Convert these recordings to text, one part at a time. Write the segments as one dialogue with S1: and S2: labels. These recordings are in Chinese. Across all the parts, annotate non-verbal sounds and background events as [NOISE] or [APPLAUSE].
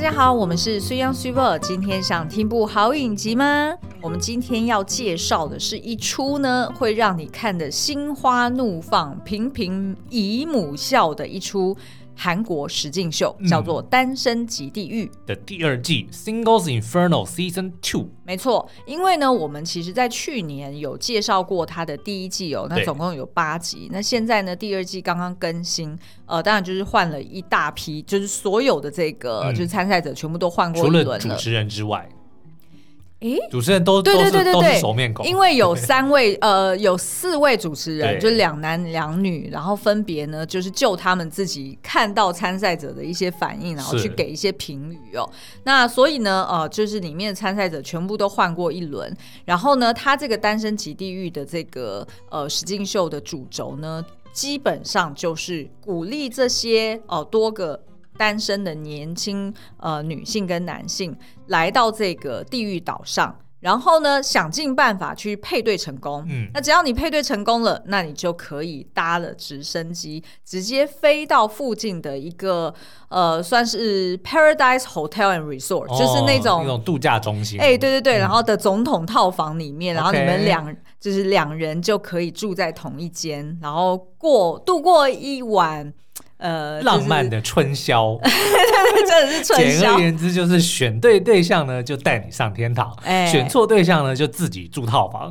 S1: 家好，我们是 s u y a n Super。今天想听部好影集吗？我们今天要介绍的是一出呢，会让你看得心花怒放、频频姨母笑的一出韩国实境秀，
S2: 嗯
S1: 叫做《单身即地狱》。
S2: 的第二季《Singles Inferno Season Two》。
S1: 没错，因为呢，我们其实在去年有介绍过它的第一季哦，那
S2: 对
S1: 总共有八集。那现在呢，第二季刚刚更新，呃，当然就是换了一大批，就是所有的这个、
S2: 嗯
S1: 就是参赛者全部都换过
S2: 除
S1: 一轮
S2: 了主持人之外，
S1: 诶
S2: 主持人都
S1: 对
S2: 都
S1: 对
S2: 是
S1: 对对
S2: 都是
S1: 对，
S2: 熟面孔，
S1: 因为有三位呃有四位主持人，
S2: 对
S1: 就是两男两女，然后分别呢就是就他们自己看到参赛者的一些反应，然后
S2: 是
S1: 去给一些评语哦。那所以呢呃就是里面的参赛者全部都换过一轮，然后呢他这个单身即地狱的这个呃实境秀的主轴呢，基本上就是鼓励这些哦、呃多个。单身的年轻呃女性跟男性来到这个地狱岛上，然后呢想尽办法去配对成功。
S2: 嗯
S1: 那只要你配对成功了，那你就可以搭了直升机，直接飞到附近的一个呃算是 Paradise Hotel and Resort，、
S2: 哦
S1: 就是那种
S2: 那种度假中心。
S1: 哎、对对对，然后的总统套房里面，然后你
S2: OK
S1: 们两就是两人就可以住在同一间，然后过度过一晚，呃，
S2: 浪漫的春宵，
S1: 就是、真的是 [LAUGHS] 春
S2: 简
S1: 宵
S2: 而。言之就是选对对象呢，就带你上天堂；
S1: 哎
S2: 选错对象呢，就自己住套房。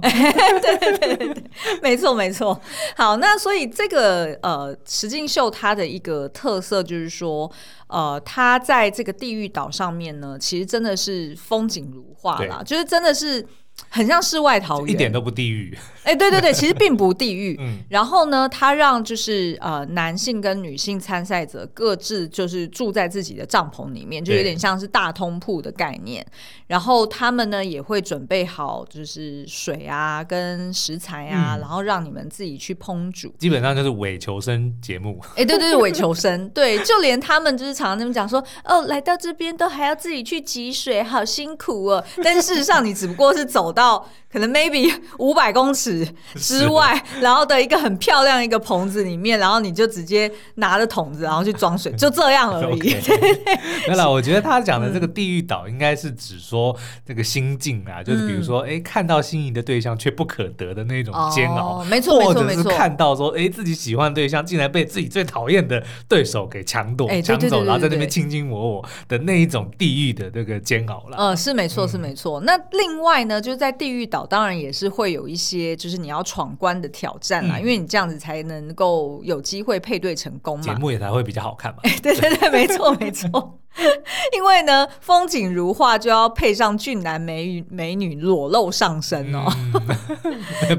S1: [LAUGHS] 没错，没错。好，那所以这个呃，石境秀它的一个特色就是说，呃，它在这个地狱岛上面呢，其实真的是风景如画啦，就是真的是很像世外桃源，
S2: 一点都不地狱。
S1: 哎、对对对，其实并不地狱。
S2: 嗯，
S1: 然后呢，他让就是呃男性跟女性参赛者各自就是住在自己的帐篷里面，就
S2: 对
S1: 有点像是大通铺的概念。然后他们呢也会准备好就是水啊跟食材啊，
S2: 嗯
S1: 然后让你们自己去烹煮。
S2: 基本上就是伪求生节目。
S1: 哎、对对对，伪求生， [LAUGHS] 对，就连他们就是常常那么讲说，哦，来到这边都还要自己去汲水，好辛苦
S2: [LAUGHS]
S1: 哦。但是事实上，你只不过是走到可能 maybe [LAUGHS] 五百公尺之外，然后的一个很漂亮一个棚子里面，然后你就直接拿着桶子，然后去装
S2: [LAUGHS]
S1: 水，就这样而已。 [LAUGHS] 嗯
S2: OK，没有啦，我觉得他讲的这个地狱岛应该是指说这个心境啊，就是比如说，哎，看到心仪的对象却不可得的那种煎熬
S1: 哦，，没错没
S2: 或
S1: 错
S2: 者
S1: 没
S2: 是
S1: 错，
S2: 看到说，哎，自己喜欢的对象竟然被自己最讨厌的对手给抢夺、
S1: 哎诶对
S2: 抢
S1: 对对
S2: 走，
S1: 对
S2: 然后在
S1: 对
S2: 那边
S1: 对
S2: 卿卿我我的那一种地狱的这个煎熬啦。
S1: 呃，是没错，
S2: 嗯
S1: 是没错。那另外呢，就是在地狱岛，当然也是会有一些，就是你要闯关的挑战啦，
S2: 嗯
S1: 因为你这样子才能够有机会配对成功
S2: 节
S1: 嘛。
S2: 目也才会比较好
S1: [LAUGHS]
S2: 看嘛。
S1: 对对对，没错没错。 [LAUGHS] 因为呢，风景如画，就要配上俊男美女美女裸露上身哦。 [LAUGHS]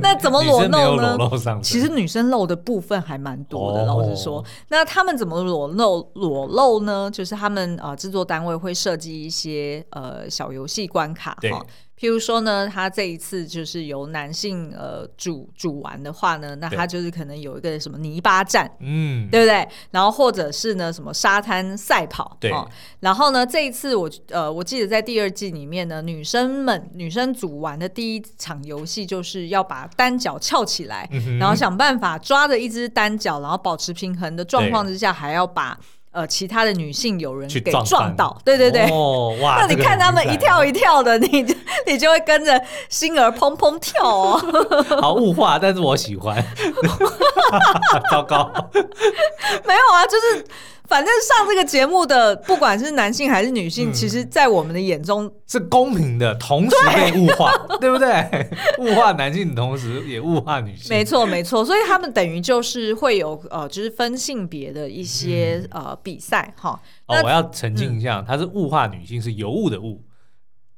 S1: 那怎么
S2: 嗯女
S1: 裸
S2: 生没有
S1: 露呢？
S2: 裸露上身
S1: 其实女生露的部分还蛮多的，
S2: 哦
S1: 老实说。那他们怎么裸露裸露呢？就是他们呃制作单位会设计一些呃小游戏关卡
S2: 对
S1: 哈。譬如说呢，他这一次就是由男性呃主主玩的话呢，那他就是可能有一个什么泥巴战，
S2: 嗯，
S1: 对不对？然后或者是呢，什么沙滩赛跑，哦
S2: 对
S1: 然后呢，这一次我呃，我记得在第二季里面呢，女生们女生组玩的第一场游戏就是要把单脚翘起来，
S2: 嗯哼
S1: 然后想办法抓着一只单脚，然后保持平衡的状况之下，还要把呃其他的女性友人
S2: 去
S1: 给
S2: 撞
S1: 撞
S2: 翻
S1: 到。对对对。
S2: 哦，哇，
S1: [LAUGHS] 那你
S2: 这个
S1: 看
S2: 很
S1: 他们
S2: 精
S1: 一
S2: 彩
S1: 跳一跳的，你就你就会跟着心儿砰砰跳哦。
S2: [LAUGHS] 好物化，但是我喜欢。 [LAUGHS] 糟糕，
S1: 没有啊，就是反正上这个节目的，不管是男性还是女性，
S2: 嗯
S1: 其实，在我们的眼中，
S2: 是公平的，同时被物化， [LAUGHS] 对不对？物化男性，同时也物化女性。
S1: 没错没错，所以他们等于就是会有呃，就是分性别的一些、呃比赛哈。
S2: 哦，
S1: 那嗯
S2: 我要澄清一下，它是物化女性，是尤物的物。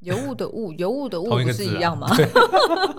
S1: 尤物的物，尤物的物
S2: 同一
S1: 不
S2: 个
S1: 是
S2: 字啊
S1: 一样吗？ [LAUGHS]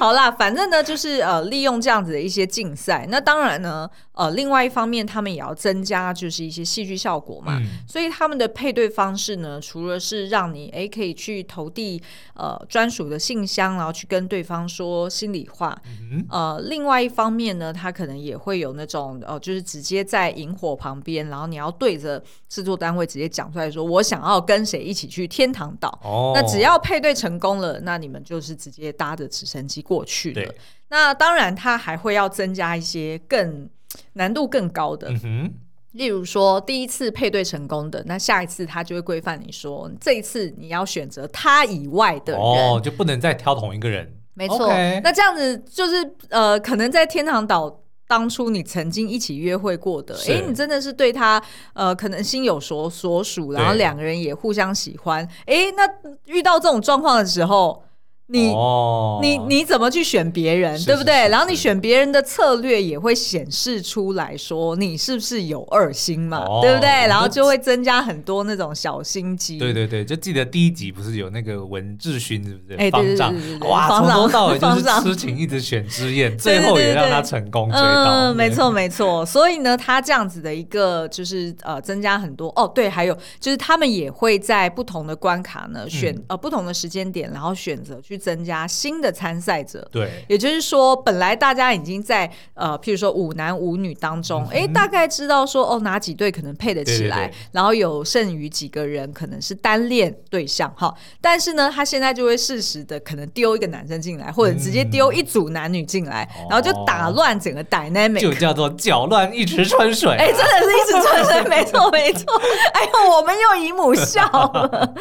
S1: 好啦，反正呢，就是呃，利用这样子的一些竞赛。那当然呢，呃，另外一方面，他们也要增加就是一些戏剧效果嘛。
S2: 嗯，
S1: 所以他们的配对方式呢，除了是让你诶可以去投递呃专属的信箱，然后去跟对方说心里话，
S2: 嗯
S1: 呃，另外一方面呢，他可能也会有那种呃，就是直接在萤火旁边，然后你要对着制作单位直接讲出来说，我想要跟谁一起去天堂岛。
S2: 哦，
S1: 那只要配对成功了，那你们就是直接搭着直升机过去了
S2: 对。
S1: 那当然，它还会要增加一些更难度更高的，
S2: 嗯哼，
S1: 例如说，第一次配对成功的，那下一次他就会规范你说，这一次你要选择他以外的人。
S2: 哦，就不能再挑同一个人。
S1: 没错
S2: OK
S1: 那这样子就是呃，可能在天堂岛当初你曾经一起约会过的，
S2: 是
S1: 诶，你真的是对他呃，可能心有所所属，然后
S2: 对
S1: 两个人也互相喜欢，诶，那遇到这种状况的时候，你、
S2: 哦，
S1: 你你怎么去选别人，
S2: 是
S1: 对不
S2: 是
S1: 对？
S2: 是
S1: 然后你
S2: 是
S1: 选别人的策略也会显示出来说你是不是有二心嘛，
S2: 哦
S1: 对不对？
S2: 我们
S1: 然后
S2: 都
S1: 就会增加很多那种小心机。
S2: 对对对，就记得第一集不是有那个文志勋，是不是？
S1: 哎对对
S2: 方
S1: 对对对对
S2: 哇，
S1: 方
S2: 从
S1: 丈
S2: 头到尾就
S1: 方
S2: 是
S1: 丈
S2: 痴情一直选之燕，
S1: 对
S2: 最
S1: 对
S2: 后也
S1: 对
S2: 让
S1: 对
S2: 他成功追到。
S1: 嗯，没
S2: 对
S1: 错没错。所以呢，他这样子的一个就是呃，增加很多哦。对，还有就是他们也会在不同的关卡呢选、
S2: 嗯
S1: 呃不同的时间点，然后选择去增加新的参赛者。
S2: 对，
S1: 也就是说，本来大家已经在呃，譬如说五男五女当中，诶，大概知道说哦哪几对可能配得起来，
S2: 嗯对对对
S1: 然后有剩余几个人可能是单恋对象哈。但是呢，他现在就会适时的可能丢一个男生进来，或者直接丢一组男女进来，
S2: 嗯哦
S1: 然后就打乱整个 dynamic。
S2: 就叫做搅乱一池春水。啊
S1: 哎、真的是一直转身，没错没错。 [LAUGHS] 哎呦，我们又姨母笑了。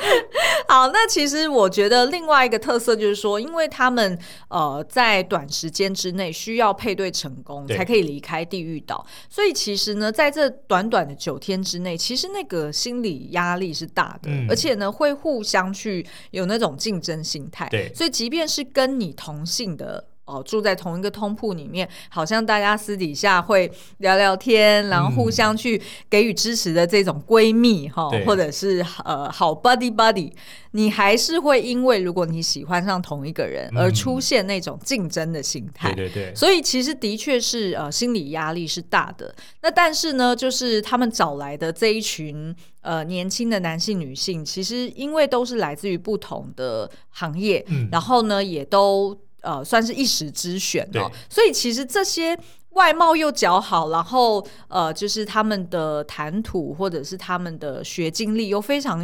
S1: 好，那其实我觉得另外一个特色就是说，因为他们呃在短时间之内需要配对成功
S2: 对
S1: 才可以离开地狱岛，所以其实呢，在这短短的九天之内，其实那个心理压力是大的，
S2: 嗯
S1: 而且呢会互相去有那种竞争心态。
S2: 对
S1: 所以即便是跟你同姓的。哦，住在同一个通铺里面，好像大家私底下会聊聊天，然后互相去给予支持的这种闺蜜哈、
S2: 嗯对
S1: 或者是呃好 buddy buddy，你还是会因为如果你喜欢上同一个人
S2: 嗯
S1: 而出现那种竞争的心态。
S2: 对对对，
S1: 所以其实的确是呃心理压力是大的。那但是呢，就是他们找来的这一群呃年轻的男性、女性，其实因为都是来自于不同的行业，
S2: 嗯
S1: 然后呢也都呃算是一时之选哦
S2: 对。
S1: 所以其实这些。外貌又姣好，然后呃，就是他们的谈吐或者是他们的学经历又非常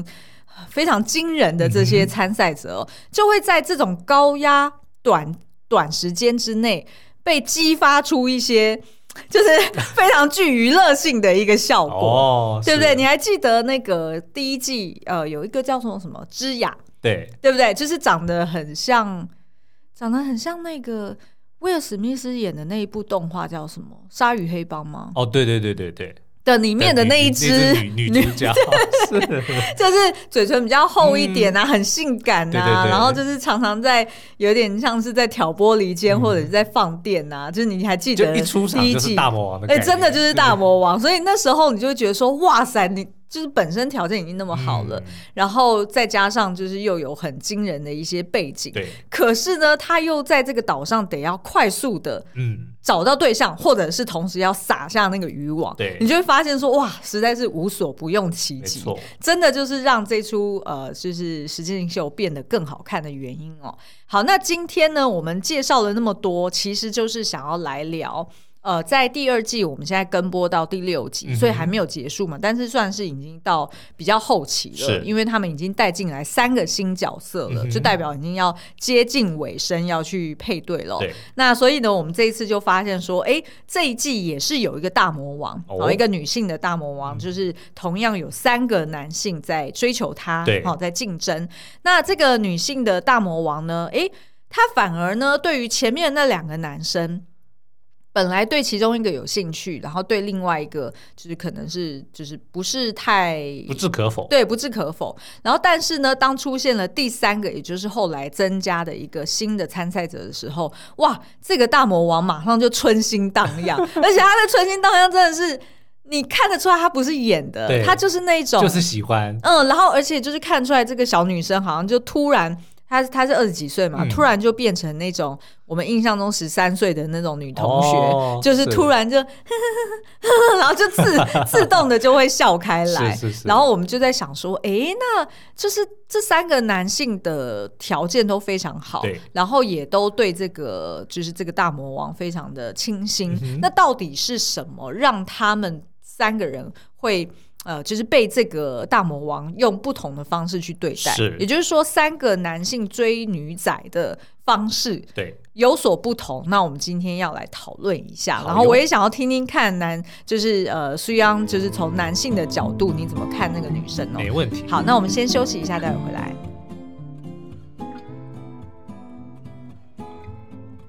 S1: 呃非常惊人的这
S2: 嗯
S1: 些参赛者哦、就会在这种高压短短时间之内被激发出一些 [LAUGHS] 就是非常具娱乐性的一个效果。
S2: 哦，
S1: 对不对？
S2: 是
S1: 你还记得那个第一季，呃，有一个叫什么什么芝雅，
S2: 对
S1: 对不对？就是长得很像，长得很像那个威尔史密斯演的那一部动画叫什么《鲨鱼黑帮》吗？
S2: 哦，对对对对对，
S1: 的里面的那一只 [LAUGHS]
S2: 女女女主角是，
S1: 就是嘴唇比较厚一点啊，很性感啊，
S2: 嗯对对对
S1: 然后就是常常在有点像是在挑拨离间、或者是在放电啊，就是你还记
S2: 嗯就
S1: 得
S2: 一出场
S1: 第一
S2: 就是
S1: 季，
S2: 大魔王
S1: 哎、
S2: 的概念，
S1: 真的就是大魔王，所以那时候你就会觉得说，哇塞，你就是本身条件已经那么好了，
S2: 嗯
S1: 然后再加上就是又有很惊人的一些背景，
S2: 对，
S1: 可是呢，他又在这个岛上得要快速的
S2: 嗯，
S1: 找到对象，或者是同时要撒下那个渔网，
S2: 对
S1: 你就会发现说，哇，实在是无所不用其
S2: 没
S1: 极，
S2: 错，
S1: 真的就是让这出呃，就是实境秀变得更好看的原因哦。好，那今天呢，我们介绍了那么多，其实就是想要来聊。呃，在第二季我们现在跟播到第六集，
S2: 嗯哼
S1: 所以还没有结束嘛，但是算是已经到比较后期了，
S2: 是
S1: 因为他们已经带进来三个新角色了，
S2: 嗯哼
S1: 就代表已经要接近尾声，要去配对了。
S2: 对，
S1: 那所以呢，我们这一次就发现说，哎，这一季也是有一个大魔王，
S2: 哦嗯
S1: 哦，一个女性的大魔王，就是同样有三个男性在追求她，
S2: 对
S1: 好、在竞争。那这个女性的大魔王呢，哎，她反而呢，对于前面那两个男生。本来对其中一个有兴趣，然后对另外一个就是可能是就是不是太
S2: 不置可否，
S1: 对，不置可否。然后，但是呢，当出现了第三个，也就是后来增加的一个新的参赛者的时候，哇，这个大魔王马上就春心荡漾， [LAUGHS] 而且他的春心荡漾真的是你看得出来，他不是演的，
S2: 对
S1: 他就是那种，
S2: 就是喜欢，
S1: 嗯，然后而且就是看出来这个小女生好像就突然。她她是二十几岁嘛，
S2: 嗯
S1: 突然就变成那种我们印象中十三岁的那种女同学，
S2: 哦
S1: 就是
S2: 是
S1: 突然就 [LAUGHS] 然后就自 [LAUGHS] 自动的就会笑开来。
S2: 是是是
S1: 然后我们就在想说，诶，那就是这三个男性的条件都非常好
S2: 对，
S1: 然后也都对这个就是这个大魔王非常的倾心。
S2: 嗯哼
S1: 那到底是什么让他们三个人会呃，就是被这个大魔王用不同的方式去对待
S2: 是，
S1: 也就是说，三个男性追女仔的方式
S2: 对，
S1: 有所不同。那我们今天要来讨论一下，
S2: 好
S1: 然后
S2: 哟
S1: 我也想要听听看男，就是呃，苏央，就是从男性的角度，你怎么看那个女生哦？
S2: 没问题。
S1: 好，那我们先休息一下，待会回来。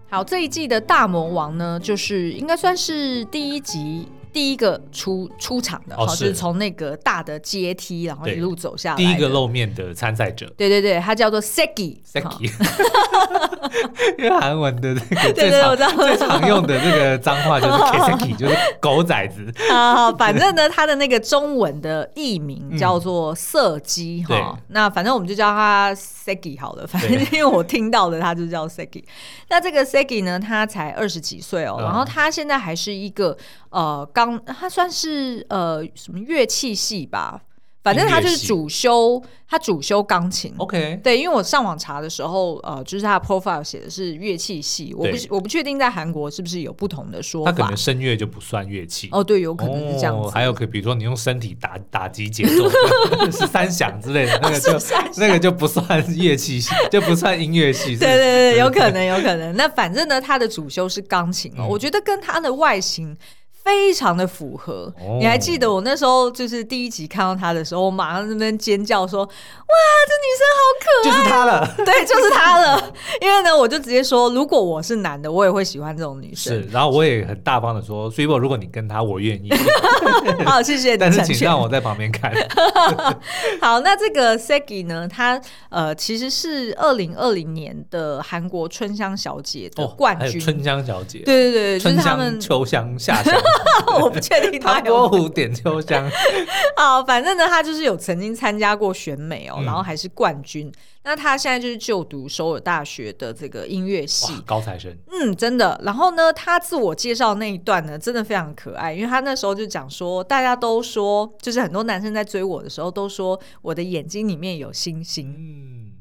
S1: 好，这一季的大魔王呢，就是应该算是第一集第一个出出场的，好，
S2: 哦
S1: 就是
S2: 是
S1: 从那个大的阶梯，然后
S2: 对
S1: 一路走下来。
S2: 第一个，露面的参赛者
S1: 对对对，他叫做 Seki。好
S2: Seki，因为韩文的那个
S1: [LAUGHS] 对
S2: 最
S1: 对，我
S2: 常
S1: 知道。
S2: 最常用的这个脏话就是
S1: [LAUGHS]
S2: Seki，就是狗崽子。 [LAUGHS]
S1: 啊，反正呢，他的那个中文的译名叫做色鸡
S2: 对
S1: 哈、那反正我们就叫他 Seki 好了，反正
S2: 对
S1: 因为我听到的他就叫 Seki。那这个 Seki 呢，他才二十几岁哦、
S2: 嗯
S1: 然后他现在还是一个呃刚，他算是呃什么乐器系吧，反正他就是
S2: 音乐系
S1: 主修，他主修钢琴。
S2: OK，
S1: 对，因为我上网查的时候，呃，就是他的 profile 写的是乐器系，我不
S2: 对
S1: 我不确定在韩国是不是有不同的说
S2: 他
S1: 法。
S2: 可能声乐就不算乐器。
S1: 哦，对，有可能是这样子。
S2: 哦、还有可，比如说你用身体打打击节奏，
S1: [LAUGHS]
S2: 是三响之类的，那个就、
S1: 哦是三响
S2: 那个就不算乐器 [LAUGHS] 系，就不算音乐系。是
S1: 对对对，
S2: [LAUGHS]
S1: 有可能，有可能。那反正呢，他的主修是钢琴哦，
S2: 嗯
S1: 我觉得跟他的外形。非常的符合，
S2: 哦
S1: 你还记得我那时候就是第一集看到他的时候，我马上在那边尖叫说：“哇，这
S2: 就是他
S1: [LAUGHS]
S2: 了。
S1: 女生好可对，就是她
S2: [LAUGHS]
S1: 了！”因为呢，我就直接说，如果我是男的，我也会喜欢这种女
S2: 是
S1: 生。，
S2: 然后我也很大方的说 s u i b o 如果你跟他，
S1: [LAUGHS]
S2: 我愿意，
S1: 好，谢谢你
S2: 但是
S1: 成
S2: 请
S1: 全。
S2: 让我在旁边
S1: [LAUGHS]
S2: 看。
S1: 好，那这个 Segi 呢，她呃其实是二零二零年的韩国春香小姐的
S2: 哦，
S1: 冠
S2: 还有
S1: 军。
S2: 春香小姐，
S1: 对对对，就是
S2: 春
S1: 他们哦
S2: 香、，秋香、
S1: [LAUGHS]
S2: 夏香，
S1: 我不确定她
S2: 唐
S1: 有没有
S2: 伯虎点秋香，
S1: [LAUGHS] 好，反正呢，他就是有曾经参加过选美哦，
S2: 嗯
S1: 然后还是冠军。那他现在就是就读首尔大学的这个音乐系
S2: 哇，，高材生，
S1: 嗯，真的。然后呢，他自我介绍那一段呢，真的非常可爱，因为他那时候就讲说，大家都说，就是很多男生在追我的时候都说我的眼睛里面有星星，
S2: 嗯，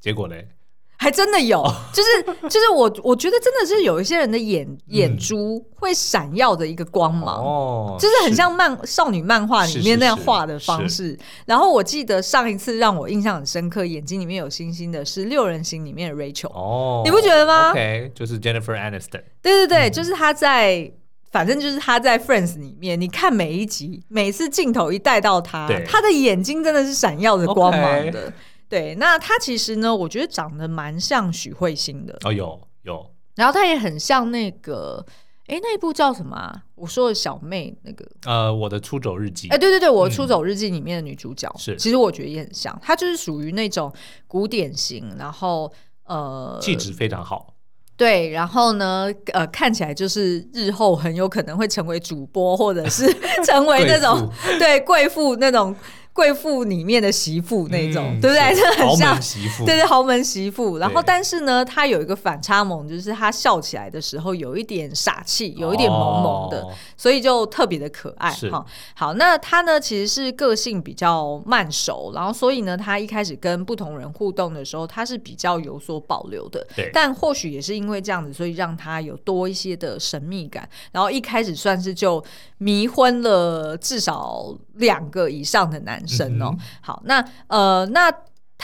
S2: 结果嘞，
S1: 还真的有，
S2: 哦
S1: [LAUGHS] 就是就是我我觉得真的是有一些人的眼眼珠会闪耀着一个光芒。
S2: 嗯哦，
S1: 就是很像漫少女漫画里面那样画的方式。然后我记得上一次让我印象很深刻，眼睛里面有星星的是《六人行》里面的 Rachel，、
S2: 哦，
S1: 你不觉得吗
S2: ？OK，就是 Jennifer Aniston，
S1: 对对对，
S2: 嗯
S1: 就是她在。反正就是她在 Friends 里面，你看每一集，每次镜头一带到她
S2: 对，
S1: 她的眼睛真的是闪耀着光芒的。对，那她其实呢，我觉得长得蛮像许慧欣的，
S2: 哦，有有，
S1: 然后她也很像那个，诶，那一部叫什么、啊？我说的小妹那个，
S2: 呃，我的出走日记
S1: 哎、，对对对，我《
S2: 嗯
S1: 出走日记》里面的女主角，
S2: 是
S1: 其实我觉得也很像，她就是属于那种古典型，然后呃，
S2: 气质非常好，
S1: 对，然后呢，呃，看起来就是日后很有可能会成为主播，或者
S2: [LAUGHS]
S1: 是成为那种 [LAUGHS] 对贵妇那种贵妇里面的媳妇那种，
S2: 嗯
S1: 对不对？
S2: 是
S1: 这很
S2: 豪
S1: 像
S2: 门。媳妇，
S1: 对对，豪门媳妇。然后，
S2: 对
S1: 但是呢，她有一个反差萌，就是她笑起来的时候有一点傻气，有一点萌萌的。
S2: 哦
S1: 所以就特别的可爱
S2: 是
S1: 哈。好，那他呢其实是个性比较慢熟，然后所以呢，他一开始跟不同人互动的时候，他是比较有所保留的。
S2: 对
S1: 但或许也是因为这样子，所以让他有多一些的神秘感。然后一开始算是就迷昏了至少两个以上的男生哦。
S2: 嗯哼
S1: 好，那呃，那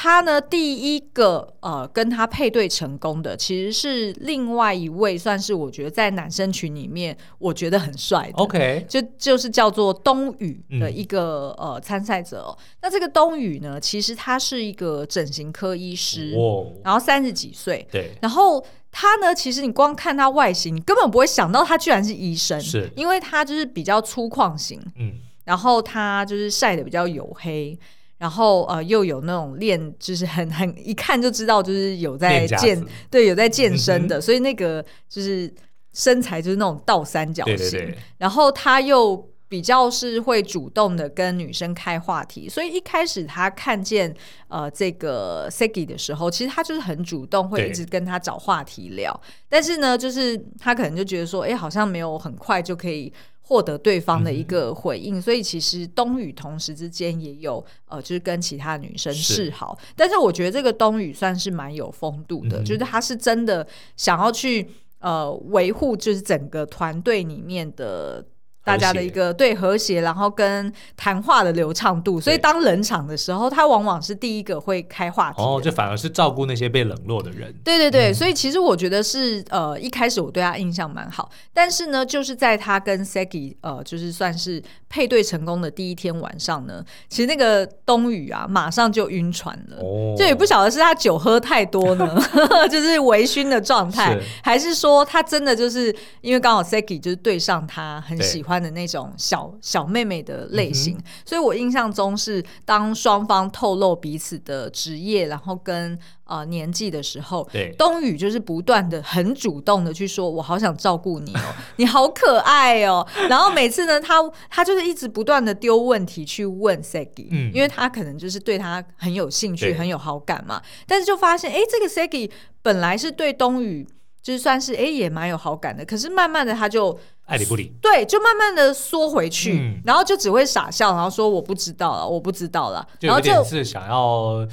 S1: 他呢，第一个呃跟他配对成功的，其实是另外一位，算是我觉得在男生群里面，我觉得很帅的。
S2: OK，嗯
S1: 就就是叫做东宇的一个、呃参赛者哦、那这个东宇呢，其实他是一个整形科医师，
S2: 哇，
S1: 然后三十几岁，
S2: 对，
S1: 然后他呢，其实你光看他外形，你根本不会想到他居然是医生，
S2: 是
S1: 因为他就是比较粗犷型，
S2: 嗯，
S1: 然后他就是晒得比较黝黑，然后呃又有那种练，就是很很一看就知道就是有在
S2: 练家
S1: 健
S2: 子，嗯
S1: 对有在健身的，所以那个就是身材就是那种倒三角形，
S2: 对对对，
S1: 然后他又。比较是会主动的跟女生开话题，所以一开始他看见呃这个 Segi 的时候，其实他就是很主动，会
S2: 对
S1: 一直跟他找话题聊。但是呢，就是他可能就觉得说，哎、好像没有很快就可以获得对方
S2: 嗯
S1: 的一个回应，所以其实东宇同时之间也有呃，就是跟其他女生
S2: 是
S1: 示好。但是我觉得这个东宇算是蛮有风度的，
S2: 嗯哼
S1: 就是他是真的想要去呃维护，就是整个团队里面的。大家的一个对和谐，然后跟谈话的流畅度。所以当冷场的时候，他往往是第一个会开话题的。
S2: 哦，就嗯反而是照顾那些被冷落的人。
S1: 对对对，所以其实我觉得是呃，一开始我对他印象蛮好，但是呢，就是在他跟 Sagi 呃，就是算是配对成功的第一天晚上呢，其实那个冬雨啊，马上就晕船了。
S2: 哦，
S1: 嗯就也不晓得是他酒喝太多呢， [LAUGHS] 就是微醺的状态
S2: 是，
S1: 还是说他真的就是因为刚好 Saki 就是对上他很
S2: 对
S1: 喜欢的那种小小妹妹的类型，
S2: 嗯
S1: 所以我印象中是当双方透露彼此的职业，然后跟呃年纪的时候，
S2: 对
S1: 冬雨就是不断的很主动的去说，我好想照顾你哦， [LAUGHS] 你好可爱哦，然后每次呢，他他就是一直不断的丢问题去问 Sagi，、
S2: 嗯
S1: 因为他可能就是对他很有兴趣，
S2: 对
S1: 很有好感嘛。但是就发现，哎，这个 Sagi 本来是对冬雨就是算是哎也蛮有好感的，可是慢慢的他就
S2: 爱理不理。
S1: 对就慢慢的缩回去，
S2: 嗯
S1: 然后就只会傻笑，然后说我不知道了，我不知道了，
S2: 就
S1: 然
S2: 有
S1: 后就
S2: 点是想要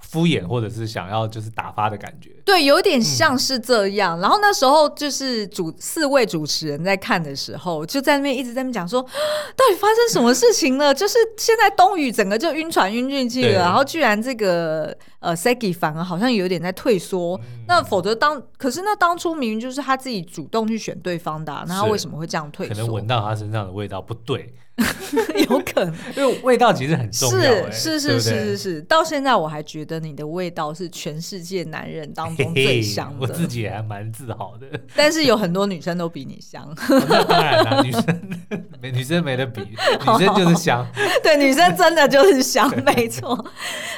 S2: 敷衍，或者是想要就是打发的感觉。
S1: 对，有点像是这
S2: 嗯
S1: 样。然后那时候就是主四位主持人在看的时候，就在那边一直在那边讲说，啊到底发生什么事情了？ [LAUGHS] 就是现在冬雨整个就晕船晕进去
S2: 对
S1: 了，然后居然这个呃 Sagi 反而好像有点在退缩。
S2: 嗯
S1: 那否则当可是那当初明明就是他自己主动去选对方的啊、那他
S2: 是
S1: 为什么会这样退
S2: 可能
S1: 缩
S2: 闻？到他身上的味道不对，
S1: [LAUGHS] 有可能。
S2: 因为味道其实很重要、欸，
S1: 是是是
S2: 对不对
S1: 是是是，到现在我还觉得你的味道是全世界男人当
S2: 嘿
S1: 中
S2: 嘿
S1: 最香的。
S2: 我自己也还蛮自豪的。 [LAUGHS] 哦
S1: 但是有很多女生都比你香，
S2: 那当然啦，女生 [LAUGHS] 没女生没得比，女生就是香。
S1: [LAUGHS] 对，女生真的就是香，没错。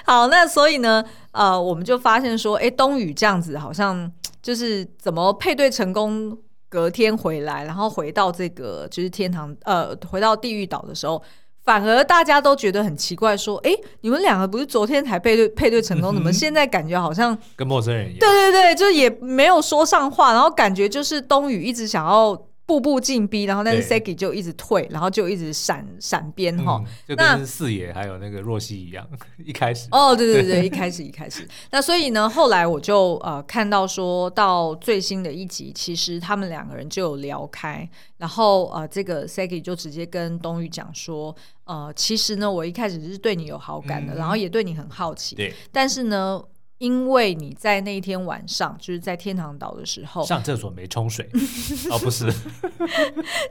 S1: 好，那所以呢，呃，我们就发现说，哎，冬雨这样子好像就是怎么配对成功，隔天回来，然后回到这个就是天堂，呃，回到地狱岛的时候。反而大家都觉得很奇怪，说：“哎、你们两个不是昨天才配对配对成功，怎么现在感觉好像
S2: 跟陌生人一样。
S1: 对对对，就是也没有说上话，然后感觉就是冬雨一直想要步步进逼，然后但是
S2: 对
S1: Seki 就一直退，然后就一直闪闪边
S2: 嗯
S1: 哈。
S2: 就
S1: 那
S2: 跟四爷还有那个若曦一样， [LAUGHS] 一开始
S1: 哦，对对对，一开始一开始，那所以呢，后来我就呃看到说到最新的一集，其实他们两个人就有聊开，然后呃这个 Seki 就直接跟冬雨讲说，呃其实呢我一开始是对你有好感的，
S2: 嗯
S1: 然后也对你很好奇，
S2: 对，
S1: 但是呢因为你在那一天晚上就是在天堂岛的时候，
S2: 上厕所没冲
S1: [LAUGHS]
S2: 水，哦不是，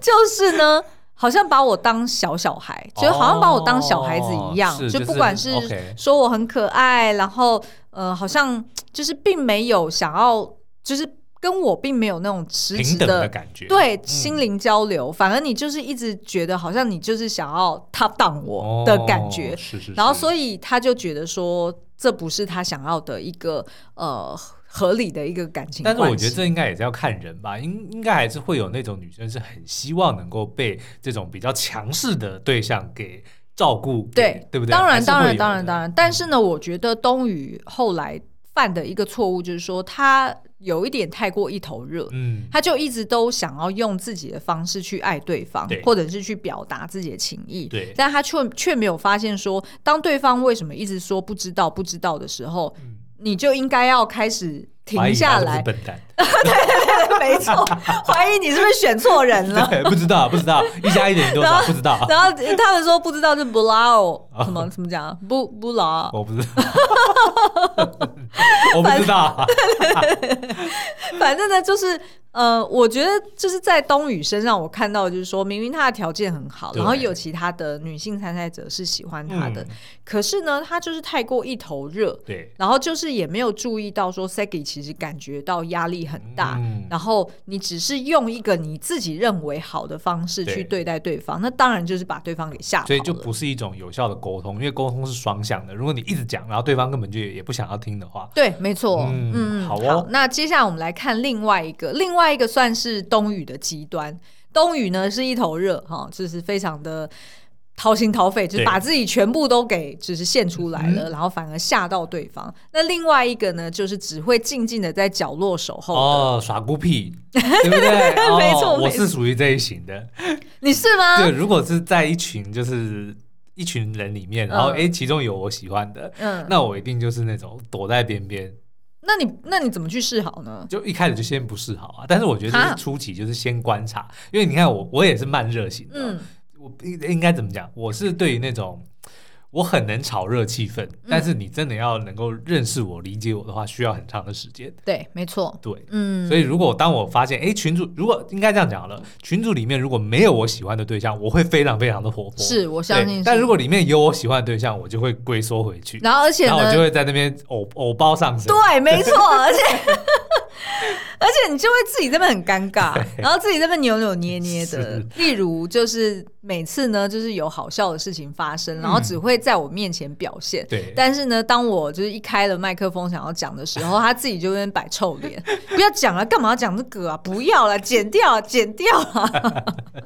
S1: 就是呢，好像把我当小小孩，
S2: 哦
S1: 就好像把我当小孩子一样，
S2: 是
S1: 就
S2: 就是
S1: 不管是
S2: OK
S1: 说我很可爱，然后呃，好像就是并没有想要，就是跟我并没有那种实质
S2: 平等的感觉。
S1: 对
S2: 嗯
S1: 心灵交流，反而你就是一直觉得好像你就是想要 top down 我的感觉，
S2: 哦是是是。
S1: 然后所以他就觉得说这不是他想要的一个呃合理的一个感情
S2: 但
S1: 关
S2: 是
S1: 系。
S2: 我觉得这应该也是要看人吧，应应该还是会有那种女生是很希望能够被这种比较强势的对象给照顾给，
S1: 对
S2: 对不对？
S1: 当
S2: 还
S1: 然，
S2: 是
S1: 当
S2: 会
S1: 然，
S2: 有
S1: 当
S2: 的嗯
S1: 然，当然。但是呢，我觉得冬雨后来犯的一个错误就是说，他有一点太过一头热。
S2: 嗯，
S1: 他就一直都想要用自己的方式去爱对方，
S2: 对
S1: 或者是去表达自己的情意，
S2: 对
S1: 但他却却没有发现说，当对方为什么一直说不知道不知道的时候，你就应该要开始
S2: 嗯怀
S1: 停
S2: 疑
S1: 下
S2: 他是不是
S1: 来。
S2: 笨蛋，
S1: [LAUGHS] 没错，怀疑你是不是选错人了。
S2: [LAUGHS] 对，不知道，不知道，一加一等于多
S1: 然
S2: 少？
S1: 后
S2: 不知道，
S1: 然后他们说不知道就不lao，什
S2: [LAUGHS]
S1: 么怎么讲啊？不不劳，
S2: 我不知道， [LAUGHS] 我不知道， [LAUGHS]
S1: 反正呢，就是呃，我觉得就是在冬雨身上，我看到就是说明明他的条件很好，
S2: 对
S1: 然后有其他的女性参赛者是喜欢他的，
S2: 嗯
S1: 可是呢，他就是太过一头热，
S2: 对，
S1: 然后就是也没有注意到说 Sagi 其实感觉到压力很大。
S2: 嗯
S1: 然后你只是用一个你自己认为好的方式去对
S2: 对
S1: 待对方，那当然就是把对方给吓跑了。
S2: 所以就不是一种有效的沟通，因为沟通是双向的。如果你一直讲，然后对方根本就也不想要听的话，
S1: 对，没错，嗯
S2: 嗯好哦
S1: 那接下来我们来看另外一个，另外一个算是冬雨的极端。冬雨呢是一头热哈、就是非常的掏心掏肺，就是
S2: 对嗯
S1: 把自己全部都给就是献出来了，然后反而吓到对方。那另外一个呢，就是只会静静的在角落守候的。
S2: 哦，耍
S1: [LAUGHS]
S2: 孤僻，对不对？哦
S1: 没错啊
S2: 我
S1: 没错
S2: 是属于这一型的。
S1: 你是吗？
S2: 对，如果是在一群就是一群人里面，然后
S1: 嗯
S2: 诶，其中有我喜欢的，
S1: 嗯，
S2: 那我一定就是那种躲在边边，
S1: 那你那你怎么去示好呢？
S2: 就一开始就先不示好啊。但是我觉得就
S1: 哈
S2: 是初期就是先观察，因为你看我我也是慢热型的，啊
S1: 嗯
S2: 我应应该怎么讲？我是对于那种我很能炒热气氛，
S1: 嗯
S2: 但是你真的要能够认识我、理解我的话，需要很长的时间。
S1: 对，没错，
S2: 对，
S1: 嗯，
S2: 所以如果当我发现，哎，群主如果应该这样讲好了，群主里面如果没有我喜欢的对象，我会非常非常的活泼。
S1: 是我
S2: 对，
S1: 相信是。
S2: 但如果里面有我喜欢的对象，我就会龟缩回去，
S1: 然后而且
S2: 然后我
S1: 呢
S2: 就，会在那边偶偶包上身。
S1: 对，没错，而且而且你就会自己这边很尴尬，然后自己这边扭扭捏捏的
S2: 是。
S1: 例如，就是每次呢，就是有好笑的事情发生，然后只会在我面前表现。
S2: 对
S1: 但是呢，当我就是一开了麦克风想要讲的时候，他自己就在那边摆臭脸， [LAUGHS] 不要讲了，干嘛要讲这个啊？不要了，剪掉啊，剪掉啊！ [LAUGHS]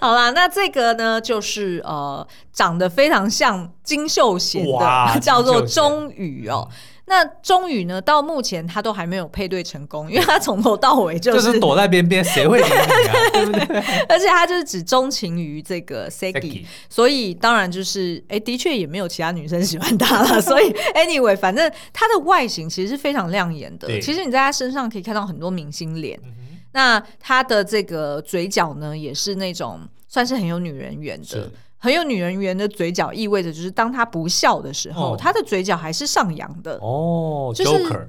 S1: 好啦，那这个呢，就是呃，长得非常像金秀贤
S2: 哇
S1: 的， [LAUGHS] 叫做
S2: 金秀贤
S1: 钟宇哦。那钟宇呢，到目前他都还没有配对成功，因为他从头到尾就，
S2: 就是是躲在边边，谁会理你啊？对不对
S1: [LAUGHS] 而且他就是只钟情于这个 Seki，
S2: Seki
S1: 所以当然就是，哎、的确也没有其他女生喜欢他
S2: [LAUGHS]
S1: 了。所以 anyway，反正他的外形其实是非常亮眼的。
S2: 对
S1: 其实你在他身上可以看到很多明星脸。
S2: 嗯哼
S1: 那他的这个嘴角呢，也是那种算是很有女人缘的
S2: 是。
S1: 很有女人缘的嘴角，意味着就是当他不笑的时候，
S2: 哦
S1: 他的嘴角还是上扬的。
S2: 哦
S1: 就是
S2: ，Joker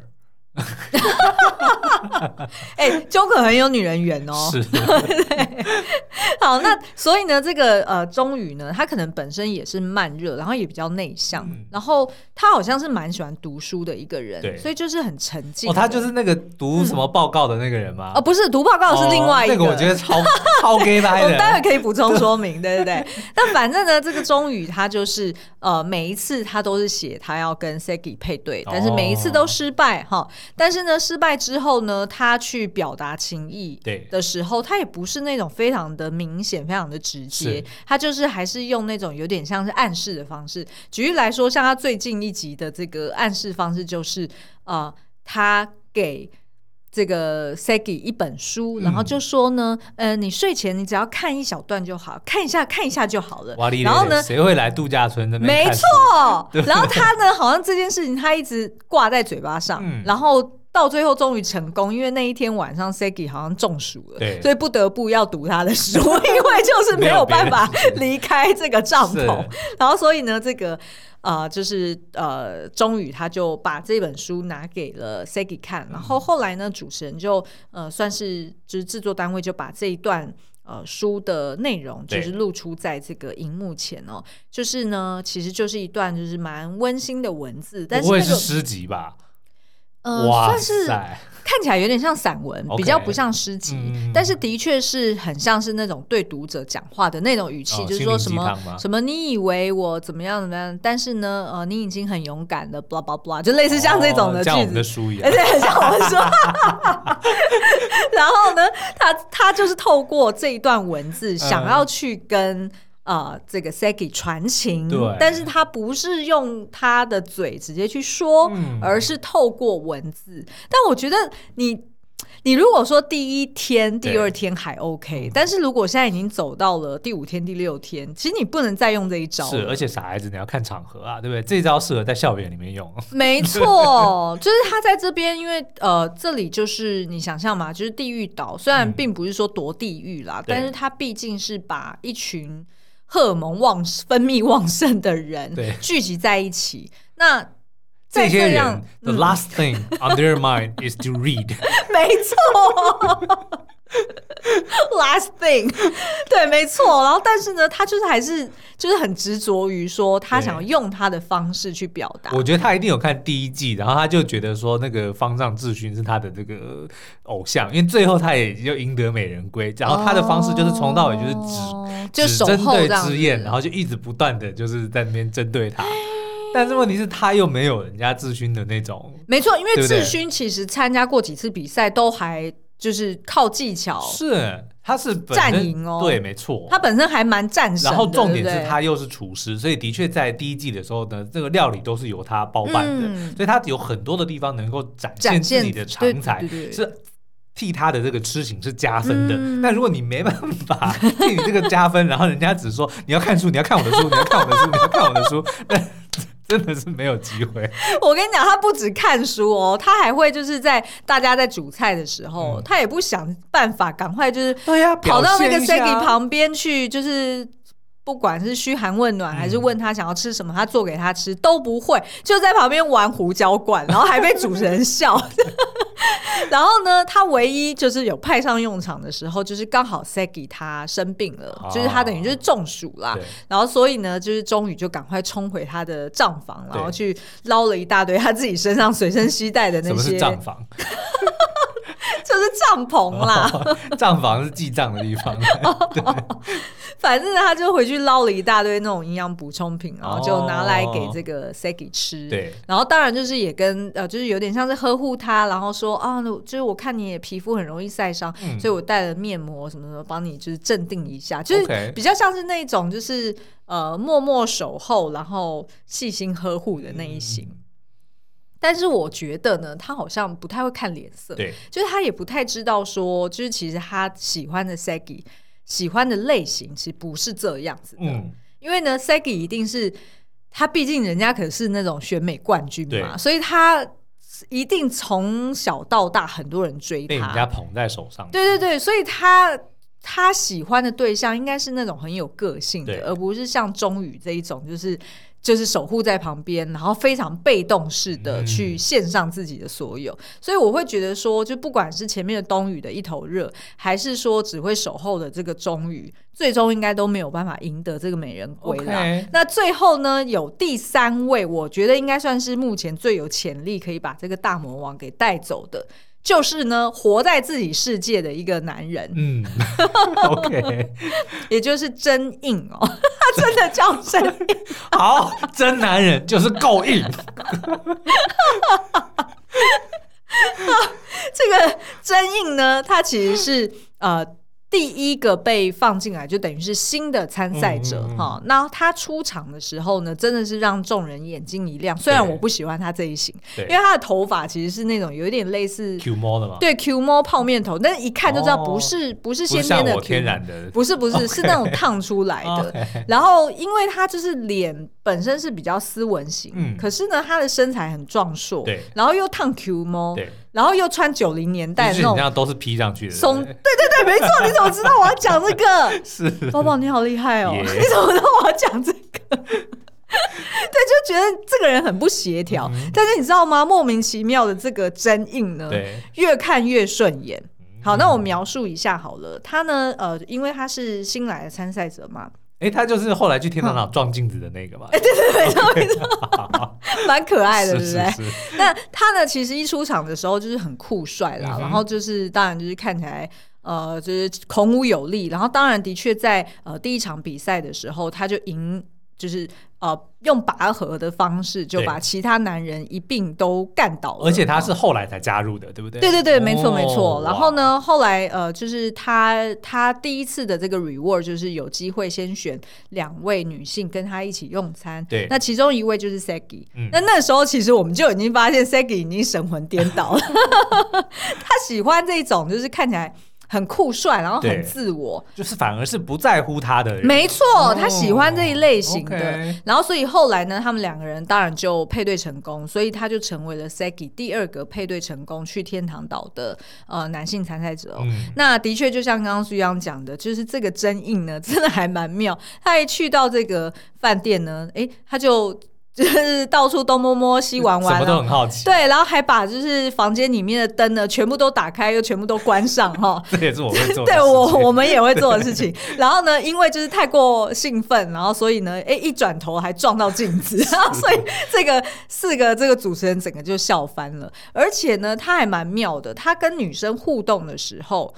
S1: 哎、j o k e r 很有女人缘哦。
S2: [LAUGHS] 是
S1: [LAUGHS] 好，那所以呢，这个呃，钟宇呢，他可能本身也是慢热，然后也比较内向，
S2: 嗯
S1: 然后他好像是蛮喜欢读书的一个人，
S2: 对
S1: 所以就是很沉静
S2: 哦，
S1: 的。
S2: 他就是那个读什么报告的那个人吗？
S1: 哦，不是读报告是另外一哦
S2: 哦那个我觉得超超
S1: [LAUGHS]
S2: gay 掰
S1: 我们待
S2: 的。
S1: 会可以补充说明， [LAUGHS] 对对对。但反正呢，这个钟宇他就是呃，每一次他都是写他要跟 Seki 配对，
S2: 哦
S1: 但是每一次都失败哈、但是呢，失败之后呢，他去表达情意
S2: 对
S1: 的时候，他也不是那种非常的明显、非常的直接
S2: 是，
S1: 他就是还是用那种有点像是暗示的方式。举例来说，像他最近一集的这个暗示方式就是呃，他给。这个 Sagi 一本
S2: 嗯
S1: 书，然后就说呢，呃，你睡前你只要看一小段就好，看一下看一下就好了
S2: 哇哩。嘞
S1: 然后呢，
S2: 谁会来度假村那边？
S1: 没错，然后他呢，好像这件事情他一直挂在嘴巴上，
S2: 嗯
S1: 然后。到最后终于成功，因为那一天晚上 Sagi 好像中暑了，
S2: 对
S1: 所以不得不要读他的书，因为就是没有办
S2: [LAUGHS]
S1: 法离开这个帐
S2: 是
S1: 篷。然后所以呢，这个呃，就是呃，终于他就把这本书拿给了 Sagi 看，然后后来呢，主持人就呃，算是就是制作单位就把这一段。呃，书的内容就
S2: 对
S1: 是露出在这个荧幕前哦，就是呢，其实就是一段就是蛮温馨的文字，但
S2: 不
S1: 是
S2: 会
S1: 那
S2: 是
S1: 个
S2: 诗集吧？
S1: 呃，
S2: 哇
S1: 算是
S2: 塞，
S1: 看起来有点像散文，
S2: OK
S1: 比较不像诗集，
S2: 嗯
S1: 但是的确是很像是那种对读者讲话的那种语气，
S2: 哦
S1: 就是说什
S2: 心灵鸡
S1: 么
S2: 汤吗
S1: 什么你以为我怎么样怎么样，但是呢，呃，你已经很勇敢了，blah blah blah，就类似像这种
S2: 哦
S1: 的句
S2: 像我们
S1: 子
S2: 的。书一
S1: 而
S2: 样
S1: 且。很像我们说， [LAUGHS] 然后呢，他他就是透过这一段文字，
S2: 嗯
S1: 想要去跟、呃这个 Seki 传情，
S2: 对
S1: 但是他不是用他的嘴直接去说，
S2: 嗯
S1: 而是透过文字。但我觉得你。你如果说第一天、
S2: 对
S1: 第二天还 OK，但是如果现在已经走到了第五天、第六天，其实你不能再用这一招
S2: 是，
S1: 了。
S2: 而且傻孩子，你要看场合啊，对不对？这招适合在校园里面用。 [LAUGHS]
S1: 没错，就是他在这边，因为呃，这里就是你想象嘛，就是地狱岛，虽然
S2: 嗯
S1: 并不是说多地狱啦，
S2: 对
S1: 但是他毕竟是把一群荷尔蒙旺分泌旺盛的人
S2: 对
S1: 聚集在一起，
S2: [LAUGHS]
S1: 那在
S2: 这些
S1: 样
S2: 人，the
S1: 嗯
S2: last thing on their mind is to read。
S1: 没错。Last thing，对，没错。然后，但是呢，他就是还是就是很执着于说，他
S2: 对
S1: 想要用他的方式去表达。
S2: 我觉得他一定有看第一季，然后他就觉得说那个方丈志勋是他的这个呃偶像，因为最后他也就赢得美人归，然后他的方式就是从到尾就是只、
S1: 只哦就
S2: 只
S1: 守
S2: 针
S1: 候这
S2: 对
S1: 样子哎
S2: 之燕，然后就一直不断的就是在那边针对他，但是问题是他又没有人家志勋的那种，
S1: 没错，因为
S2: 对不对
S1: 志勋其实参加过几次比赛，都还就是靠技巧，
S2: 是他是本
S1: 哦战
S2: 身
S1: 赢哦
S2: 对，没错，
S1: 他本身还蛮战神的。
S2: 然后重点
S1: 对不
S2: 是
S1: 对
S2: 他又是厨师，所以的确在第一季的时候呢，这个料理都是由他包办的，
S1: 嗯
S2: 所以他有很多的地方能够展
S1: 展
S2: 现
S1: 现
S2: 自己的长才，
S1: 对对对对
S2: 是替他的这个吃情是加分的。
S1: 嗯
S2: 但如果你没办法 [LAUGHS] 替
S1: [LAUGHS]
S2: 你这个加分，然后人家只说你要看书，你要看我的书，你要看我的书，你要看我的书，那真的是没有机会。
S1: 我跟你讲，他不止看书哦，他还会就是在大家在煮菜的时候，
S2: 嗯
S1: 他也不想办法赶快就是
S2: 对呀、
S1: 跑到那个 s e g i
S2: 表现一下
S1: 旁边去，就是。不管是嘘寒问
S2: 嗯
S1: 暖，还是问他想要吃什么，他做给他吃都不会，就在旁边玩胡椒罐，然后还被主持人
S2: [LAUGHS]
S1: 笑。然后呢，他唯一就是有派上用场的时候，就是刚好 Sagi 他生病了，
S2: 哦
S1: 就是他等于就是中暑啦。
S2: 对
S1: 然后所以呢，就是终于就赶快冲回他的账房，然后
S2: 对
S1: 去捞了一大堆他自己身上随身携带的那
S2: 什么
S1: 些，
S2: 是账房？
S1: [LAUGHS] 就是帐篷
S2: [LAUGHS]
S1: 啦。
S2: 账房是记账的地
S1: [LAUGHS]
S2: 方。
S1: 反正他就回去捞了一大堆那种营养补充品，然后就拿来给
S2: 哦
S1: 这个 Sagi 吃。
S2: 对，
S1: 然后当然就是也跟呃，就是有点像是呵护他，然后说啊，那我就是我看你也皮肤很容易晒伤，
S2: 嗯
S1: 所以我带了面膜什么什么，帮你就是镇定一下，就是
S2: OK
S1: 比较像是那种就是呃默默守候，然后细心呵护的那一型。
S2: 嗯
S1: 但是我觉得呢，他好像不太会看脸色，
S2: 对，
S1: 就是他也不太知道说，就是其实他喜欢的 Sagi 喜欢的类型其实不是这样子的，
S2: 嗯，
S1: 因为呢，Sagi 一定是他，毕竟人家可是那种选美冠军嘛，
S2: 对
S1: 所以他一定从小到大很多人追
S2: 被人
S1: 他
S2: 家，捧在手上。
S1: 对对对，所以他。他喜欢的对象应该是那种很有个性
S2: 对
S1: 的，而不是像钟宇这一种，就是就是守护在旁边，然后非常被动式的
S2: 嗯
S1: 去献上自己的所有。所以我会觉得说，就不管是前面的冬雨的一头热，还是说只会守候的这个钟雨，最终应该都没有办法赢得这个美人归啦。
S2: OK
S1: 那最后呢，有第三位，我觉得应该算是目前最有潜力可以把这个大魔王给带走的，就是呢，活在自己世界的一个男人， [LAUGHS]
S2: 嗯 [LAUGHS] ，OK，
S1: 也就是真硬哦， [LAUGHS] 他真的叫
S2: [LAUGHS]
S1: 真硬。
S2: 好，真男人就是够硬。
S1: 这个真印呢，它其实是呃第一个被放进来，就等于是新的参赛者
S2: 嗯嗯嗯
S1: 哈、那他出场的时候呢，真的是让众人眼睛一亮。虽然
S2: 对
S1: 我不喜欢他这一型，
S2: 对
S1: 因为他的头发其实是那种有一点类似
S2: [LAUGHS] Q 猫的吗？，
S1: 对 Q 猫泡面头，但是一看就知道
S2: 哦
S1: 不是、不是
S2: 不
S1: 先
S2: 像
S1: 天的 Q，
S2: 我天然的。哦
S1: 不是不是是那种烫出来的。
S2: OK，
S1: [LAUGHS] 然后，因为他就是脸本身是比较斯文型，
S2: 嗯
S1: 可是呢，他的身材很壮硕，
S2: 对
S1: 然后又烫 Q [LAUGHS] 毛，
S2: 哦对，
S1: 然后又穿九零年代
S2: 但
S1: 的
S2: 是
S1: 那
S2: 你
S1: 种
S2: 这样都是 P 上去的。
S1: 松，对对
S2: 对
S1: 对，没错，你怎么知道我要讲这个？
S2: 不对是
S1: 包包你好厉害哦，
S2: 耶
S1: 你怎么知道我要讲这个？ [LAUGHS] 对，就觉得这个人很不协
S2: 嗯
S1: 调。但是你知道吗？莫名其妙的这个真印呢，
S2: 对，
S1: 越看越顺眼。
S2: 嗯
S1: 好，那我描述一下好了。他呢，呃，因为他是新来的参赛者嘛， [LAUGHS]
S2: 哎，他就是后来去天堂
S1: 嗯
S2: 岛撞镜子的那个嘛。对对
S1: 蛮可爱哎的，对不
S2: 是
S1: 对？
S2: 是是，
S1: 那他呢，其实一出场的时候就是很酷帅啦，
S2: 嗯哼
S1: 然后就是当然就是看起来。呃，就是孔武有力，然后当然的确在呃第一场比赛的时候，他就赢，就是呃用拔河的方式就把
S2: 对
S1: 其他男人一并都干倒了，
S2: 而且他是后来才加入的，对不对？
S1: 对对对，没错没错。
S2: 哦
S1: 然后？呢，后来呃，就是他他第一次的这个 reward 就是有机会先选两位女性跟他一起用餐。
S2: 对
S1: 那其中一位就是 Sagi、
S2: 嗯
S1: 那那时候其实我们就已经发现 Sagi 已经神魂颠倒
S2: [LAUGHS]
S1: 了，他喜欢这种就是看起来。很酷帅，然后很
S2: 对
S1: 自我，
S2: 哇就是反而是不在乎他的人。
S1: 没错，他喜欢这一类型的。
S2: OK
S1: 然后，所以后来呢，他们两个人当然就配对成功，所以他就成为了 Sagi 第二个配对成功去天堂岛的呃男性参赛者、哦。
S2: 嗯，
S1: 那的确，就像刚刚苏央讲的，就是这个真印呢，真的还蛮妙。他一去到这个饭店呢，诶，他就就是到处东摸摸西玩玩、
S2: 什
S1: 啊，
S2: 么都很好奇。
S1: 对，然后还把就是房间里面的灯呢，全部都打开，又全部都关上哈、哦。
S2: [LAUGHS] 这也是我会做的事情。
S1: 对我 [LAUGHS] 我们也会做的事情。然后呢，因为就是太过兴奋，然后所以呢，哎、一转头还撞到镜
S2: [LAUGHS]
S1: 子，然后所以这个四个这个主持人整个就笑翻了。而且呢，他还蛮妙的，他跟女生互动的时候。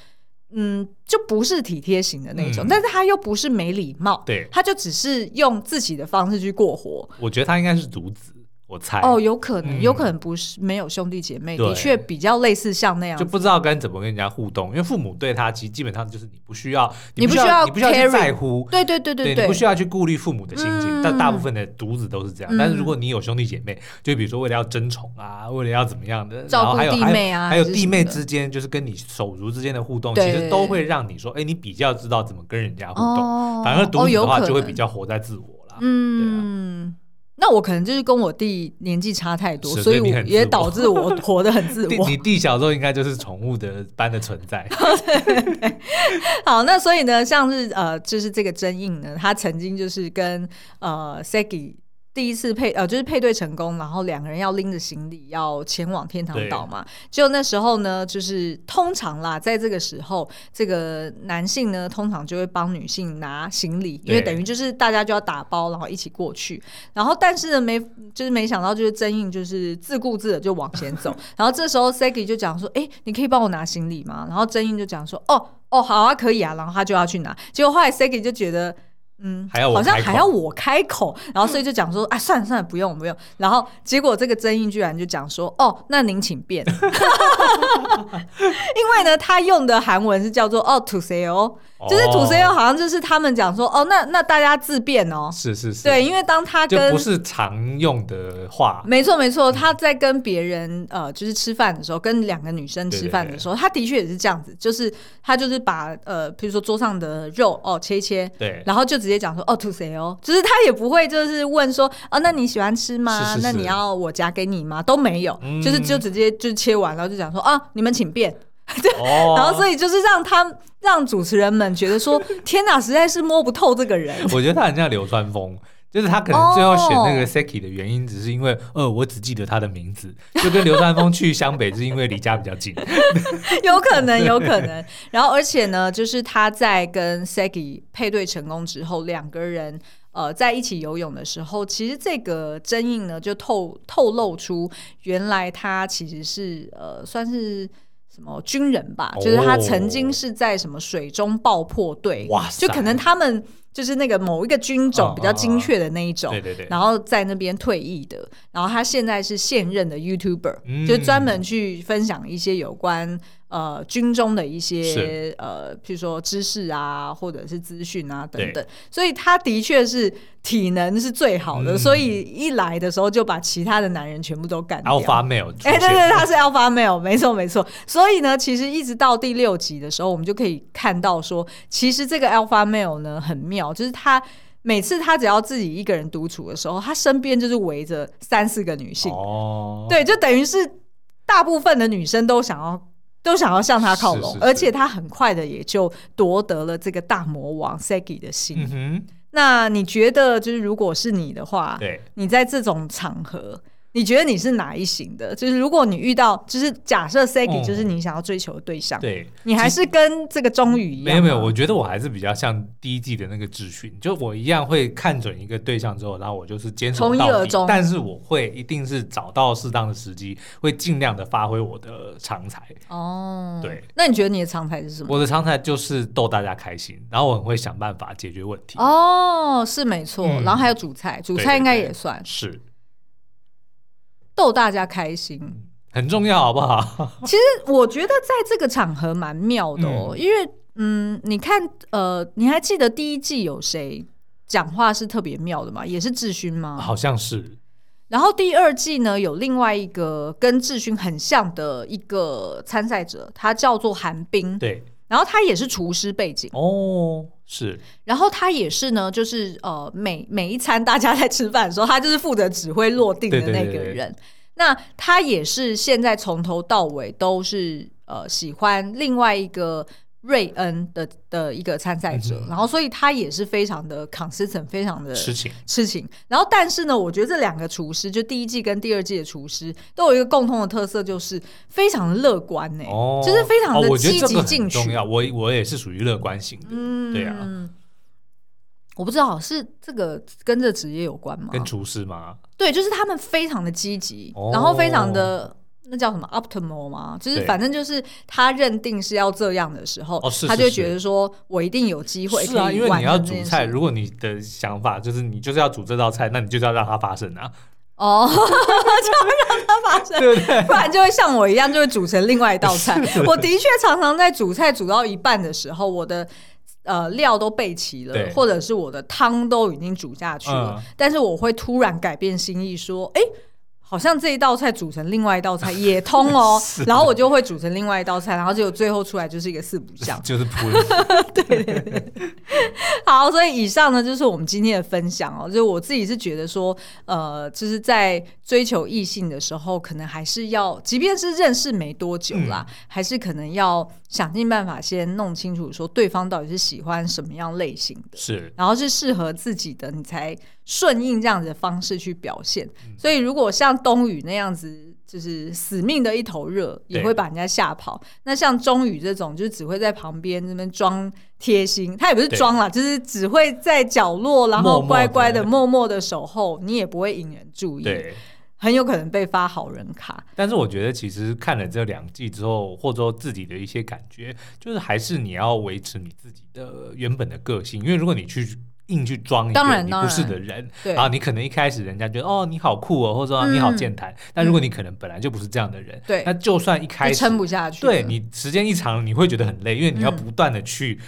S1: 嗯，就不是体贴型的那种，
S2: 嗯
S1: 但是他又不是没礼貌，
S2: 对
S1: 他就只是用自己的方式去过活。
S2: 我觉得他应该是独子，我猜。
S1: 哦，有可能，
S2: 嗯
S1: 有可能不是没有兄弟姐妹，
S2: 对
S1: 的确比较类似像那样
S2: 就
S1: 子。
S2: 不知道该怎么跟人家互动，因为父母对他其实基本上就是你不需要，
S1: 你不
S2: 不
S1: 需要
S2: 你不需要去
S1: caring
S2: 在乎，
S1: 对对对对
S2: 你不需要去顾虑父母的心情。
S1: 嗯
S2: 但大部分的独子都是这样。
S1: 嗯
S2: 但是如果你有兄弟姐妹，就比如说为了要争宠啊，为了要怎么样的，
S1: 照顾
S2: 然后还有
S1: 弟妹啊
S2: 还
S1: 还是
S2: 有还有
S1: 什
S2: 弟
S1: 么
S2: 妹
S1: 的
S2: 之间就是跟你手足之间的互动，
S1: 对
S2: 其实都会让你说，哎，你比较知道怎么跟人家互动。
S1: 哦
S2: 反而独
S1: 哦
S2: 子
S1: 有
S2: 的话
S1: 可嗯
S2: 就会
S1: 能
S2: 比较活在自我啦。
S1: 嗯，那我可能就是跟我弟年纪差太多，
S2: 是
S1: 所以
S2: 所以你
S1: 我
S2: 很自
S1: 也
S2: 我
S1: 导致
S2: [LAUGHS]
S1: 我活得很自
S2: 弟
S1: 我。
S2: 你弟小时候应该就是宠物的般的存在，
S1: [LAUGHS] 好，那所以呢，像是呃，就是这个真印呢，他曾经就是跟呃 Sagi 第一次配呃，就是配对成功，然后两个人要拎着行李要前往天堂岛嘛。就那时候呢，就是通常啦，在这个时候，这个男性呢，通常就会帮女性拿行李，因为
S2: 对
S1: 等于就是大家就要打包，然后一起过去。然后但是呢，没就是没想到就是真印就是自顾自的就往前走，然后这时候 Sagi 就讲说：“哎、你可以帮我拿行李吗？”然后真印就讲说：“哦哦，好啊，可以啊。”然后他就要去拿，结果后来 Sagi 就觉得。嗯，
S2: 还要我
S1: 好像
S2: 开口
S1: 还要我开口，然后所以就讲说，啊， [LAUGHS] 算了算了，不用不用。然后结果这个真印居然就讲说，哦，那您请便。 [LAUGHS] 因为呢，他用的韩文是叫做哦 to say 哦，就是
S2: 哦
S1: to say 哦，好像就是他们讲说，哦，那那大家自便哦。
S2: 是是是，
S1: 对，，因为当他
S2: 就
S1: 跟
S2: 不是常用的话，
S1: 没错，没错，他在跟别人呃，就是吃饭的时候，跟两个女生吃饭的时候，他的确也是这样子，就是他就是把呃，比如说桌上的肉哦切一切，
S2: 对，
S1: 然后就直接讲说哦 to 谁哦，就是他也不会就是问说哦，那你喜欢吃吗？
S2: 是是是
S1: 那你要我夹给你吗？都没有，
S2: 嗯
S1: 就是就直接就切完，然后就讲说啊，你们请便。[LAUGHS]
S2: 哦
S1: 然后所以就是让他让主持人们觉得
S2: [LAUGHS]
S1: 说，天哪，实在是摸不透这个人。
S2: 我觉得他很像流川枫，就是他可能最后选那
S1: 哦
S2: 个 Seki 的原因，只是因为呃，我只记得他的名字，就跟流川枫去湘北是因为离家比较
S1: [LAUGHS]
S2: 近。 [LAUGHS]
S1: 有可能，有可能。然后，而且呢，就是他在跟 Sagi 配对成功之后，两个人呃在一起游泳的时候，其实这个真印呢就透透露出，原来他其实是呃算是。什么军人吧，
S2: 哦
S1: 就是他曾经是在什么水中爆破队，
S2: 哇塞
S1: 就可能他们就是那个某一个军种
S2: 嗯
S1: 比较
S2: 嗯
S1: 精
S2: 嗯
S1: 确的那一种，
S2: 对对对，
S1: 然后在那边退役的，然后他现在是现任的 YouTuber，、
S2: 嗯
S1: 就专门去分享一些有关呃军中的一些
S2: 是
S1: 呃，譬如说知识啊，或者是资讯啊等等。所以他的确是体能是最好的，
S2: 嗯
S1: 所以一来的时候就把其他的男人全部都干掉。
S2: Alpha Male 出
S1: 哎、
S2: 现。
S1: 对对，他是 Alpha Male，没错没错。所以呢，其实一直到第六集的时候，我们就可以看到说，其实这个 Alpha Male 呢很妙，就是他每次他只要自己一个人独处的时候，他身边就是围着三四个女性，
S2: 哦，
S1: 对，就等于是大部分的女生都想要。都想要向他靠拢，
S2: 是是是
S1: 而且他很快的也就夺得了这个大魔王 Sagi 的心。
S2: 嗯哼，
S1: 那你觉得，就是如果是你的话，
S2: 对，
S1: 你在这种场合，你觉得你是哪一型的？就是如果你遇到，就是假设 Sagi
S2: 嗯
S1: 就是你想要追求的对象，
S2: 对，
S1: 你还是跟这个钟宇一样啊吗？
S2: 没有没有，我觉得我还是比较像第一季的那个智训，就我一样会看准一个对象之后，然后我就是坚守
S1: 从一
S2: 到底
S1: 而终
S2: 但是我会一定是找到适当的时机，会尽量的发挥我的长才。
S1: 哦，
S2: 对。
S1: 那你觉得你的常态是什么？
S2: 我的长才就是逗大家开心，然后我很会想办法解决问题。
S1: 哦，是没错。
S2: 嗯
S1: 然后还有主菜，主菜应该也算
S2: 是
S1: 逗大家开心。
S2: 很重要，好不好？
S1: [LAUGHS] 其实我觉得在这个场合蛮妙的哦，因为嗯，你看呃，你还记得第一季有谁讲话是特别妙的吗？也是智勋吗？
S2: 好像是
S1: 然后第二季呢，有另外一个跟志勋很像的一个参赛者，他叫做韩冰，
S2: 对
S1: 然后他也是厨师背景，
S2: 哦，是
S1: 然后他也是呢，就是呃，每每一餐大家在吃饭的时候，他就是负责指挥落定的
S2: 对对
S1: 那
S2: 对
S1: 个人。
S2: 对对
S1: 那他也是现在从头到尾都是呃喜欢另外一个瑞恩的的一个参赛者，
S2: 嗯哼
S1: 然后所以他也是非常的 consistent，非常的
S2: 痴情
S1: 事情。然后，但是呢，我觉得这两个厨师，就第一季跟第二季的厨师，都有一个共同的特色，就是非常的乐观呢、
S2: 哦，
S1: 就是非常的
S2: 哦我觉得
S1: 积
S2: 这
S1: 极
S2: 个
S1: 进
S2: 很
S1: 取。
S2: 重要。我我也是属于乐观型的，
S1: 嗯
S2: 对啊，
S1: 我不知道是这个跟这职业有关吗？
S2: 跟厨师嘛，
S1: 对，就是他们非常的积极，
S2: 哦
S1: 然后非常的。那叫什么 optimal 吗？就是
S2: 对
S1: 反正就是他认定是要这样的时候，
S2: 哦是
S1: 他
S2: 是
S1: 就会
S2: 是
S1: 觉得说我一定有机会
S2: 是啊，
S1: 可以
S2: 因为
S1: 完
S2: 你要
S1: 成这
S2: 煮
S1: 件
S2: 菜，
S1: 事
S2: 如果你的想法就是你就是要煮这道菜，那你就是要让它发生啊，
S1: 哦，就要让它发生，
S2: 对不对？
S1: [LAUGHS] 不然就会像我一样，就会煮成另外一道
S2: [LAUGHS]
S1: 菜。我的确常常在煮菜煮到一半的时候，我的呃料都备齐了，
S2: 对
S1: 或者是我的汤都已经煮下去了，
S2: 嗯
S1: 但是我会突然改变心意，说：“哎、好像这一道菜煮成另外一道菜也通哦
S2: [LAUGHS] 是，。
S1: 然后我就会煮成另外一道菜，然后结果最后出来就是一个四不像
S2: [LAUGHS] 就是普洱
S1: 好，所以以上呢就是我们今天的分享哦，就是我自己是觉得说，呃，就是在追求异性的时候，可能还是要，即便是认识没多久啦，还是可能要想尽办法先弄清楚说对方到底是喜欢什么样类型的。 [LAUGHS]
S2: 是
S1: 然后是适合自己的，你才顺应这样子的方式去表现。
S2: 嗯
S1: 所以如果像冬雨那样子，就是死命的一头热，也
S2: 对
S1: 会把人家吓跑。那像钟雨这种，就只会在旁边那边装贴心，他也不是
S2: 对
S1: 装啦，就是只会在角落，然后
S2: 默默地
S1: 乖乖的、默默的守候，你也不会引人注意，
S2: 对。
S1: 很有可能被发好人卡。
S2: 但是我觉得，其实看了这两季之后，或者说自己的一些感觉，就是还是你要维持你自己的原本的个性，因为如果你去硬去装一
S1: 当然
S2: 个你
S1: 当
S2: 不
S1: 然
S2: 是的人，
S1: 对
S2: 啊，你可能一开始人家觉得哦你好酷哦，或者说
S1: 嗯
S2: 你好健谈，但如果你可能本来就不是这样的人，
S1: 对
S2: 那就算一
S1: 就
S2: 开始
S1: 撑不下去了，
S2: 对你时间一长，你会觉得很累，因为你要
S1: 嗯
S2: 不断的去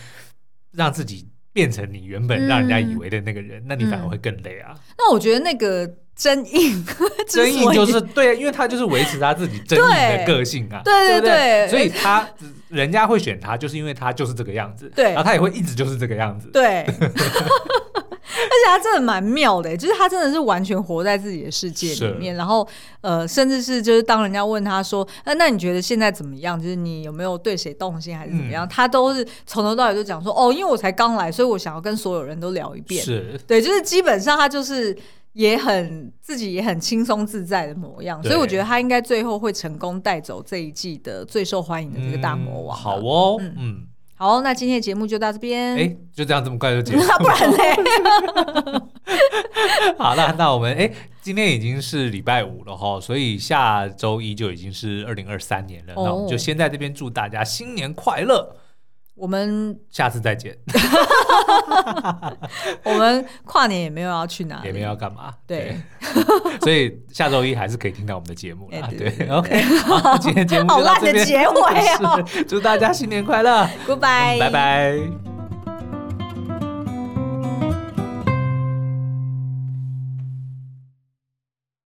S2: 让自己变成你原本让人家以为的那个人，那你反而
S1: 嗯
S2: 会更累啊。
S1: 那我觉得那个真硬，
S2: 争
S1: [LAUGHS] 之
S2: 议
S1: 所以
S2: 就是对，因为他就是维持他自己争议的
S1: 对
S2: 个性啊，
S1: 对
S2: 不
S1: 对
S2: 所以他人家会选他，就是因为他就是这个样子，
S1: 对
S2: 然后他也会一直就是这个样子，
S1: 对， [LAUGHS] 而且他真的蛮妙的，欸就是他真的是完全活在自己的世界里面，然后呃，甚至是就是当人家问他说，呃，那你觉得现在怎么样？就是你有没有对谁动心还是怎
S2: 嗯
S1: 么样？他都是从头到尾都讲说，哦，因为我才刚来，所以我想要跟所有人都聊一遍。
S2: 是，
S1: 对，就是基本上他就是。也很自己也很轻松自在的模样，所以
S2: 对
S1: 我觉得他应该最后会成功带走这一季的最受欢迎的这个大魔王
S2: 嗯
S1: 啊、
S2: 好哦，
S1: 嗯
S2: 嗯，
S1: 好，那今天的节目就到这边。
S2: 哎，就这样这么快就结束， [LAUGHS]
S1: 那 [LAUGHS] 不然嘞？
S2: 好，那那我们哎，今天已经是礼拜五了哈，所以下周一就已经是二零二三年了，那我们就
S1: 哦
S2: 先在这边祝大家新年快乐，
S1: 我们
S2: 下次再见，
S1: 我们跨年也没有要去哪里，
S2: 也没有要干嘛，
S1: 对， [LAUGHS]
S2: 所以下周一还是可以听到我们的节目啦，
S1: 哎对
S2: 对，OK，好，今天节目就
S1: 好
S2: 到
S1: 烂
S2: 这
S1: 的
S2: 边
S1: 结尾哦
S2: [LAUGHS] 是祝大家新年快乐。
S1: [LAUGHS] ，Goodbye，
S2: 嗯拜。拜。